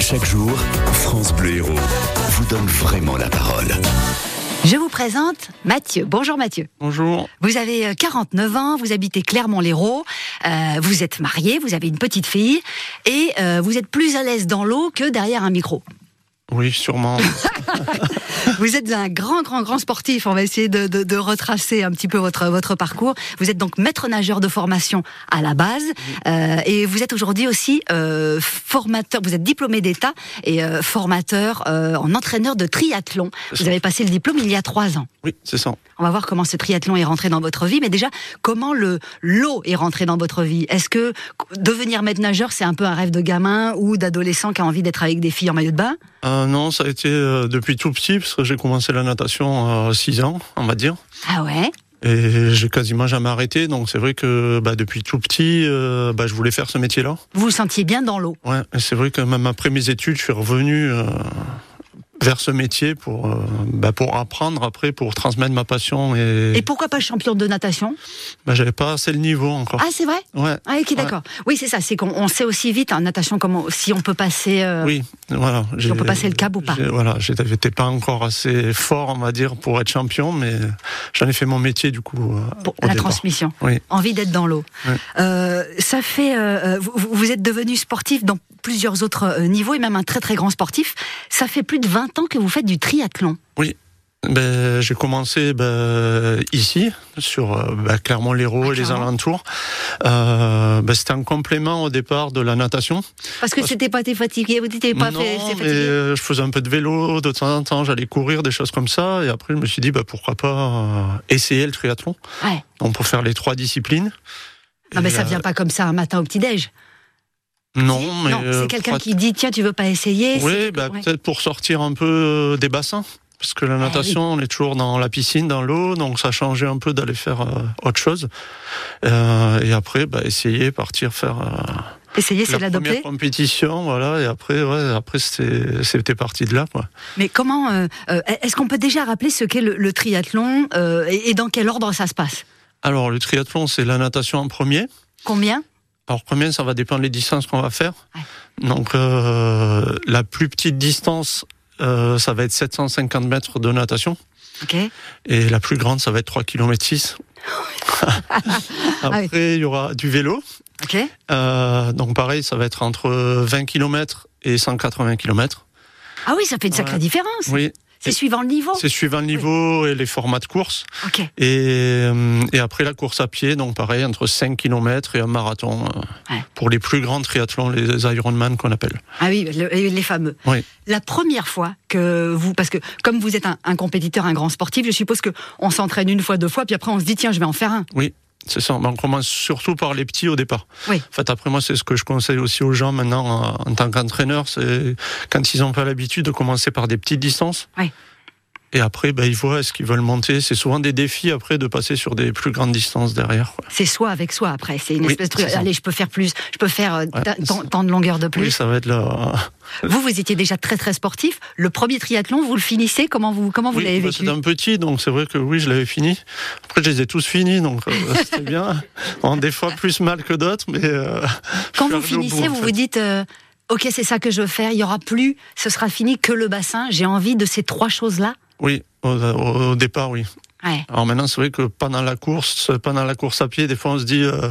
Chaque jour, France Bleu Héros vous donne vraiment la parole. Je vous présente Mathieu. Bonjour Mathieu. Bonjour. Vous avez euh, 49 ans, vous habitez Clermont-Lérault, euh, vous êtes marié, vous avez une petite fille et euh, vous êtes plus à l'aise dans l'eau que derrière un micro. Oui, sûrement. Vous êtes un grand, grand, grand sportif. On va essayer de, de- de retracer un petit peu votre, votre parcours. Vous êtes donc maître nageur de formation à la base euh, et vous êtes aujourd'hui aussi euh, formateur, vous êtes diplômé d'État et euh, formateur euh, en entraîneur de triathlon. Vous avez passé le diplôme il y a trois ans. Oui, c'est ça. On va voir comment ce triathlon est rentré dans votre vie, mais déjà, comment le l'eau est rentré dans votre vie Est-ce que devenir maître nageur, c'est un peu un rêve de gamin ou d'adolescent qui a envie d'être avec des filles en maillot de bain Euh, non, ça a été euh, depuis tout petit, parce que j'ai commencé la natation à 6 ans, on va dire. Ah ouais Et j'ai quasiment jamais arrêté. Donc c'est vrai que bah, depuis tout petit, euh, bah, je voulais faire ce métier-là. Vous vous sentiez bien dans l'eau Ouais, et c'est vrai que même après mes études, je suis revenu euh, vers ce métier pour, euh, bah, pour apprendre, après pour transmettre ma passion. Et, Et pourquoi pas champion de natation bah, j'avais pas assez le niveau encore. Ah, c'est vrai Ouais. Ah, ok, Ouais. d'accord. Oui, c'est ça, c'est qu'on on sait aussi vite en natation comment, si on peut passer. euh, Oui, voilà. j'ai- on peut passer le cap ou pas. j'ai- Voilà, j'étais j'étais pas encore assez fort, on va dire, pour être champion, mais j'en ai fait mon métier du coup. euh, Pour au la départ. transmission, Oui. envie d'être dans l'eau. Ouais. Euh, ça fait, euh, euh, vous, vous êtes devenu sportif dans plusieurs autres euh, niveaux et même un très très grand sportif. Ça fait plus de 20 ans que vous faites du triathlon. Ben, j'ai commencé ben, ici, sur euh, ben, Clermont-Lérault Ah, et les Clermont. alentours. Euh, ben, C'était un complément au départ de la natation. Parce que c'était pas été fatigué, vous n'étiez pas non, fait, c'est mais fatigué. euh, je faisais un peu de vélo de temps en temps, j'allais courir, des choses comme ça. Et après, je me suis dit, ben, pourquoi pas euh, essayer le triathlon Ouais. Donc, pour faire les trois disciplines. Non, Ah, mais Et, ça euh, vient pas comme ça un matin au petit-déj. Non, mais non, euh, c'est quelqu'un prat- qui dit tiens, tu veux pas essayer c'est Oui, quelque- bah, ouais. Ah peut-être pour sortir un peu euh, des bassins. Parce que la natation, on est toujours dans la piscine, dans l'eau, donc ça changeait un peu d'aller faire euh, autre chose. Euh, et après, bah, essayer, partir faire euh, Essayer, c'est de la l'adopter. première compétition, voilà. Et après, ouais, après c'était c'était parti de là, quoi. Mais comment euh, euh, Est-ce qu'on peut déjà rappeler ce qu'est le, le triathlon euh, et, et dans quel ordre ça se passe Alors le triathlon, c'est la natation en premier. Combien Alors combien ça va dépendre des distances qu'on va faire. Ouais. Donc euh, la plus petite distance, euh, ça va être 750 mètres de natation. Ok. Et la plus grande, ça va être 3 km 6. Ah Après, il y aura du vélo. Ok. Euh, donc pareil, ça va être entre 20 km et 180 km. Ah oui, ça fait une sacrée Ouais. différence. Oui, C'est suivant le niveau. c'est suivant le niveau et les formats de course. Ok. Et, euh, et après la course à pied, donc pareil, entre 5 km et un marathon. euh, Ouais. Pour les plus grands triathlons, les Ironman qu'on appelle. Ah oui, le- les fameux. Oui. La première fois que vous, parce que comme vous êtes un, un compétiteur, un grand sportif, je suppose que on s'entraîne une fois, deux fois, puis après on se dit tiens, je vais en faire un. C'est ça, mais on commence surtout par les petits au départ. Oui. En fait, après moi, c'est ce que je conseille aussi aux gens maintenant euh, en tant qu'entraîneur, c'est quand ils n'ont pas l'habitude de commencer par des petites distances. Oui. Et après, ben, ils voient ce qu'ils veulent monter. C'est souvent des défis après de passer sur des plus grandes distances derrière. quoi. C'est soi avec soi après. C'est une Oui, espèce de truc. c'est ça. Allez, je peux faire plus. Je peux faire euh, Ouais, ta- c'est tant, ça. tant de longueur de Oui, plus. ça va être la... Vous, vous étiez déjà très très sportif. Le premier triathlon, vous le finissez Comment vous comment vous Oui, l'avez bah, vécu C'était un petit, donc c'est vrai que oui, je l'avais fini. Après, je les ai tous finis, donc euh, c'était bien. Bon, des fois plus mal que d'autres, mais... euh, je Quand suis vous arrivé au bout, finissez, en vous fait. vous dites euh, ok, c'est ça que je veux faire. Il y aura plus. Ce sera fini que le bassin. J'ai envie de ces trois choses là. Oui, au- au- au départ, oui. Ouais. Alors maintenant, c'est vrai que pendant la course, pendant la course à pied, des fois on se dit, euh,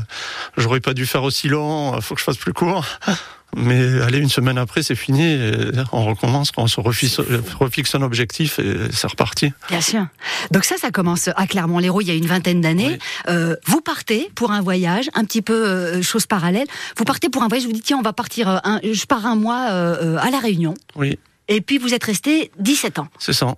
j'aurais pas dû faire aussi long, euh, faut que je fasse plus court. Mais allez, une semaine après, c'est fini, et on recommence, on se refixe, refixe un objectif et c'est reparti. Bien sûr. Donc ça, ça commence à Clermont-Lérault il y a une vingtaine d'années. Oui. Euh, vous partez pour un voyage, un petit peu euh, chose parallèle. Vous partez pour un voyage. Vous dites tiens, on va partir. euh, un- je pars un mois euh, euh, à la Réunion. Oui, Et puis vous êtes resté 17 ans. c'est ça.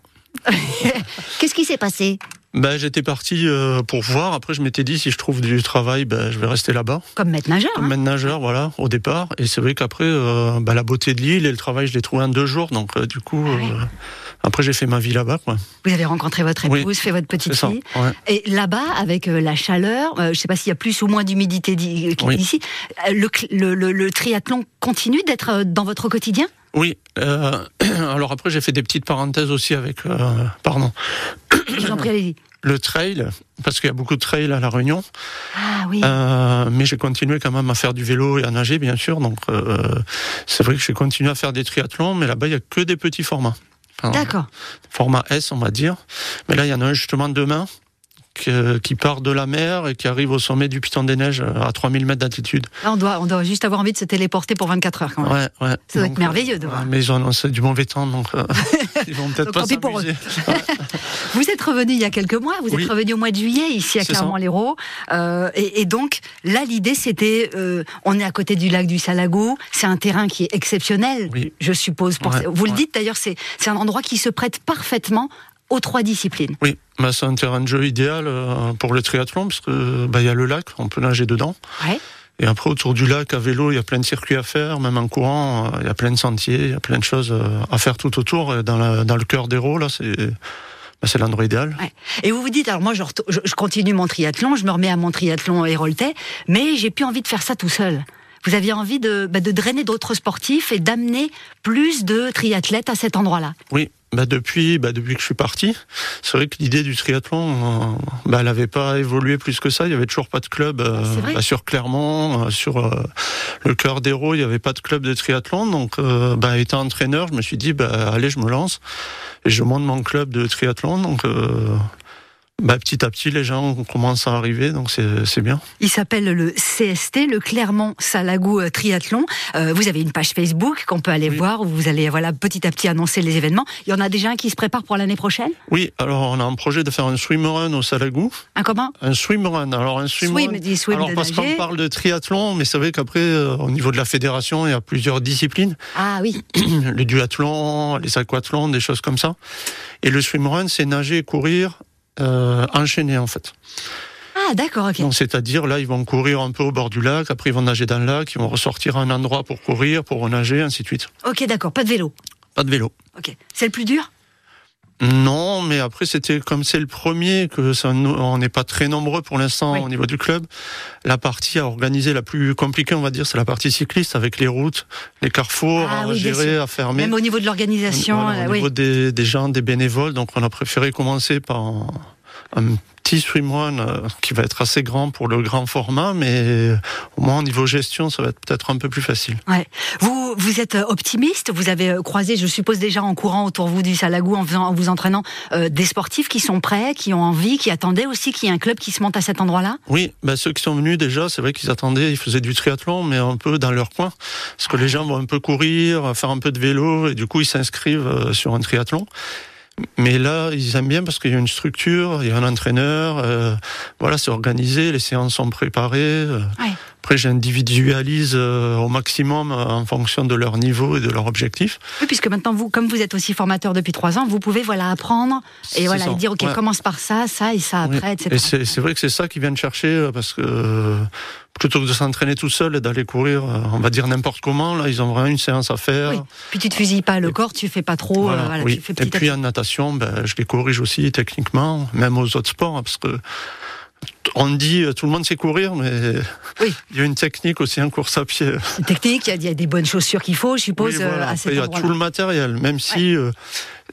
Qu'est-ce qui s'est passé Ben, j'étais parti euh, pour voir. Après, je m'étais dit, si je trouve du travail, ben, je vais rester là-bas. Comme maître nageur. Comme hein. maître nageur, voilà, au départ. Et c'est vrai qu'après, euh, ben, la beauté de l'île et le travail, je l'ai trouvé en deux jours. Donc, euh, du coup, Ah ouais. euh, après, j'ai fait ma vie là-bas, quoi. Vous avez rencontré votre épouse, Oui. fait votre C'est petite ça. fille. ouais. Et là-bas, avec euh, la chaleur, euh, je ne sais pas s'il y a plus ou moins d'humidité d'i- Oui. qu'ici, euh, le, cl- le- le- le triathlon continue d'être euh, dans votre quotidien Oui. euh, alors après, j'ai fait des petites parenthèses aussi avec, euh, pardon, Je vous en prie, allez-y. le trail, parce qu'il y a beaucoup de trail à La Réunion. Ah oui. Euh, mais j'ai continué quand même à faire du vélo et à nager, bien sûr. Donc, euh, c'est vrai que j'ai continué à faire des triathlons, mais là-bas, il y a que des petits formats. Enfin, D'accord. format S, on va dire. Mais là, il y en a un justement demain que- qui part de la mer et qui arrive au sommet du Piton des Neiges euh, à 3000 mètres d'altitude. Là, on doit, on doit juste avoir envie de se téléporter pour 24 heures quand même. Ouais, ouais. Ça doit être Donc, merveilleux de euh, voir. Mais ils ont annoncé du mauvais temps, donc euh, ils vont peut-être Donc, pas tant pis pour s'amuser. Vous êtes revenu il y a quelques mois, vous Oui. êtes revenu au mois de juillet ici à C'est ça. Clermont-Lérault. Euh, et, et donc là, l'idée c'était, euh, on est à côté du lac du Salagou, c'est un terrain qui est exceptionnel, Oui. je suppose. Pour... Ouais, vous le ouais. dites d'ailleurs, c'est c'est un endroit qui se prête parfaitement aux trois disciplines. Oui, bah, c'est un terrain de jeu idéal euh, pour le triathlon parce que bah, il y a le lac, on peut nager dedans. Ouais. Et après autour du lac à vélo, il y a plein de circuits à faire, même en courant, euh, il y a plein de sentiers, il y a plein de choses euh, à faire tout autour. Et dans, la- dans le cœur des là, c'est bah, c'est l'endroit idéal. Et vous vous dites, alors moi je, retou- je- je continue mon triathlon, je me remets à mon triathlon héroltais, mais j'ai plus envie de faire ça tout seul. Vous aviez envie de, bah, de drainer d'autres sportifs et d'amener plus de triathlètes à cet endroit-là. Oui, bah depuis, bah depuis que je suis parti, c'est vrai que l'idée du triathlon, euh, bah elle n'avait pas évolué plus que ça. Il y avait toujours pas de club euh, C'est vrai. bah, sur Clermont, euh, sur euh, le cœur d'Hérault, il n'y avait pas de club de triathlon. Donc, euh, bah, étant entraîneur, je me suis dit, bah, allez, je me lance et je monte mon club de triathlon. Donc, euh, bah, petit à petit, les gens commencent à arriver, donc c'est c'est bien. Il s'appelle le CST, le Clermont Salagou euh, Triathlon. Euh, vous avez une page Facebook qu'on peut aller Oui. voir où vous allez voilà petit à petit annoncer les événements. Il y en a déjà un qui se prépare pour l'année prochaine. Oui, alors on a un projet de faire un swimrun au Salagou. Un commun Un swimrun, alors un swimrun. Swim, dit swim Alors de parce qu'on nager. parle de triathlon, mais c'est vrai qu'après, euh, au niveau de la fédération, il y a plusieurs disciplines, Ah oui, le duathlon, les aquathlons, des choses comme ça. Et le swimrun, c'est nager et courir euh, enchaîné en fait. ah d'accord, ok. Donc c'est-à-dire là, ils vont courir un peu au bord du lac, après ils vont nager dans le lac, ils vont ressortir à un endroit pour courir, pour nager, ainsi de suite. Ok, d'accord, pas de vélo. Pas de vélo. Ok, c'est le plus dur. Non, mais après c'était comme c'est le premier que ça, nous- on n'est pas très nombreux pour l'instant Oui. au niveau du club. La partie à organiser la plus compliquée, on va dire, c'est la partie cycliste avec les routes, les carrefours Ah à oui, bien gérer, à fermer. Même au niveau de l'organisation, Voilà, euh, au oui. niveau des, des gens, des bénévoles, donc on a préféré commencer par un, un petit swimrun euh, qui va être assez grand pour le grand format, mais au moins au niveau gestion, ça va être peut-être un peu plus facile. Ouais. Vous, vous êtes euh, optimiste. Vous avez euh, croisé, je suppose déjà en courant autour de vous du Salagou, en, faisant- en vous entraînant, euh, des sportifs qui sont prêts, qui ont envie, qui attendaient aussi qu'il y ait un club qui se monte à cet endroit-là. Oui, bah ceux qui sont venus déjà, c'est vrai qu'ils attendaient, ils faisaient du triathlon, mais un peu dans leur coin, parce que les gens vont un peu courir, faire un peu de vélo, et du coup ils s'inscrivent euh, sur un triathlon. Mais là, ils aiment bien parce qu'il y a une structure, il y a un entraîneur, euh, voilà, c'est organisé, les séances sont préparées. euh. Ouais. Après, j'individualise euh, au maximum euh, en fonction de leur niveau et de leur objectif. Oui, puisque maintenant, vous, comme vous êtes aussi formateur depuis trois ans, vous pouvez voilà apprendre et C'est voilà ça, et dire ok, ouais. commence par ça, ça et ça Oui. après, Et etc. c'est c'est vrai que c'est ça qu'ils viennent chercher euh, parce que euh, plutôt que de s'entraîner tout seul et d'aller courir, euh, on va dire n'importe comment, là ils ont vraiment une séance à faire. Oui, Puis tu te fusilles pas le corps, tu fais pas trop, Voilà, euh, voilà, oui. tu fais Et petit à puis petit. en natation, ben, je les corrige aussi techniquement, même aux autres sports, hein, parce que t- on dit euh, tout le monde sait courir, mais Oui. il y a une technique aussi en course à pied. C'est Technique, il y, a- il y a des bonnes chaussures qu'il faut, je suppose, euh, Oui, euh, voilà. à Après, cet il y a endroit-là. tout le matériel, même si euh,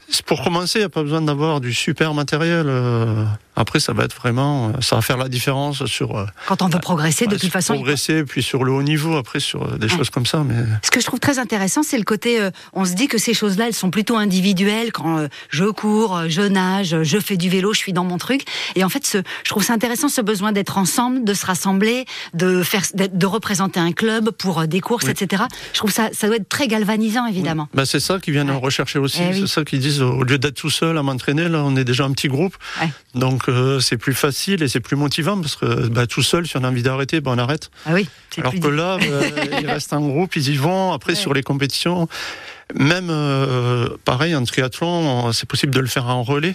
c'est- pour commencer, il n'y a pas besoin d'avoir du super matériel. euh, après, ça va être vraiment, euh, ça va faire la différence sur. euh, Quand on veut progresser, de Ouais, toute sur façon, il Progresser, puis sur le haut niveau, après, sur euh, des Ouais. choses comme ça. Mais... Ce que je trouve très intéressant, c'est le côté, euh, on se dit que ces choses-là, elles sont plutôt individuelles, quand euh, je cours, euh, je nage, euh, je fais du vélo, je suis dans mon truc. Et en fait, ce, je trouve ça intéressant, ce besoin d'être ensemble, de se rassembler, de, faire, d'être- de représenter un club pour euh, des courses, Oui. etc. Je trouve ça, ça doit être très galvanisant, évidemment. Bah, c'est ça qu'ils viennent Ouais. en rechercher aussi. Eh oui. C'est ça qu'ils disent, au lieu d'être tout seul à m'entraîner, là, on est déjà un petit groupe. Ouais. Donc, euh, c'est plus facile et c'est plus motivant parce que bah, tout seul, si on a envie d'arrêter, bah, on arrête. Ah oui, c'est Alors plus que dit. là, euh, ils restent en groupe, ils y vont. Après, Ouais. sur les compétitions, même euh, pareil, en triathlon, on- c'est possible de le faire en relais.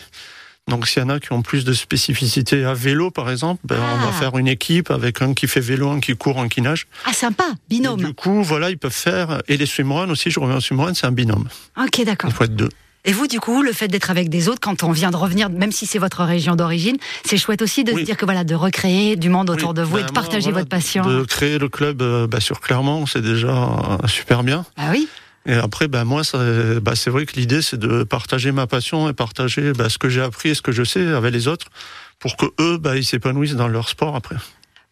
Donc, s'il y en a qui ont plus de spécificités à vélo, par exemple, ben, on va Ah. faire une équipe avec un qui fait vélo, un qui court, un qui nage. Ah, sympa, Et binôme. Du coup, voilà, ils peuvent faire. Et les swimruns aussi, je reviens au swimrun, c'est un binôme. Ok, d'accord. Il faut être deux. Et vous, du coup, le fait d'être avec des autres, quand on vient de revenir, même si c'est votre région d'origine, c'est chouette aussi de Oui. se dire que voilà, de recréer du monde autour Oui, de vous et ben, de moi, partager voilà, votre passion. De créer le club euh, bah, sur Clermont, c'est déjà euh, super bien. Ah oui. Et après, ben moi, ça- ben, c'est vrai que l'idée, c'est de partager ma passion et partager ben, ce que j'ai appris et ce que je sais avec les autres pour que eux, ben, ils s'épanouissent dans leur sport après.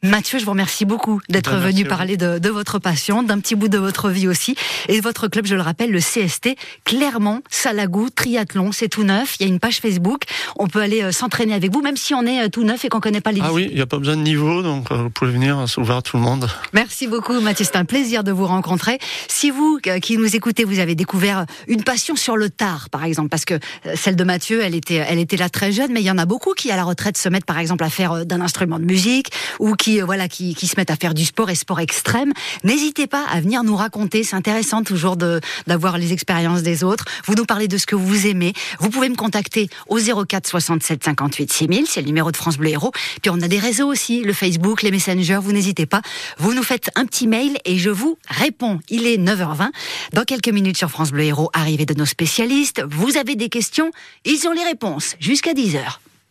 Mathieu, je vous remercie beaucoup d'être Ben, merci venu à vous. parler de, de votre passion, d'un petit bout de votre vie aussi. Et de votre club, je le rappelle, le CST, Clermont, Salagou, Triathlon, c'est tout neuf. Il y a une page Facebook. On peut aller euh, s'entraîner avec vous, même si on est euh, tout neuf et qu'on connaît pas les Ah disciplines. oui, il n'y a pas besoin de niveau, donc euh, vous pouvez venir, c'est ouvert à tout le monde. Merci beaucoup Mathieu, c'est un plaisir de vous rencontrer. Si vous euh, qui nous écoutez, vous avez découvert une passion sur le tard par exemple parce que euh, celle de Mathieu, elle était euh, elle était là très jeune mais il y en a beaucoup qui à la retraite se mettent par exemple à faire euh, d'un instrument de musique ou qui euh, voilà qui, qui se mettent à faire du sport et sport extrême. N'hésitez pas à venir nous raconter, c'est intéressant toujours de d'avoir les expériences des autres. Vous nous parlez de ce que vous aimez. Vous pouvez me contacter au 04 67 58 6000, c'est le numéro de France Bleu Héros. Puis on a des réseaux aussi, le Facebook, les Messenger, vous n'hésitez pas. Vous nous faites un petit mail et je vous réponds. Il est 9h20. Dans quelques minutes sur France Bleu Héros, arrivée de nos spécialistes. Vous avez des questions, ils ont les réponses jusqu'à 10h.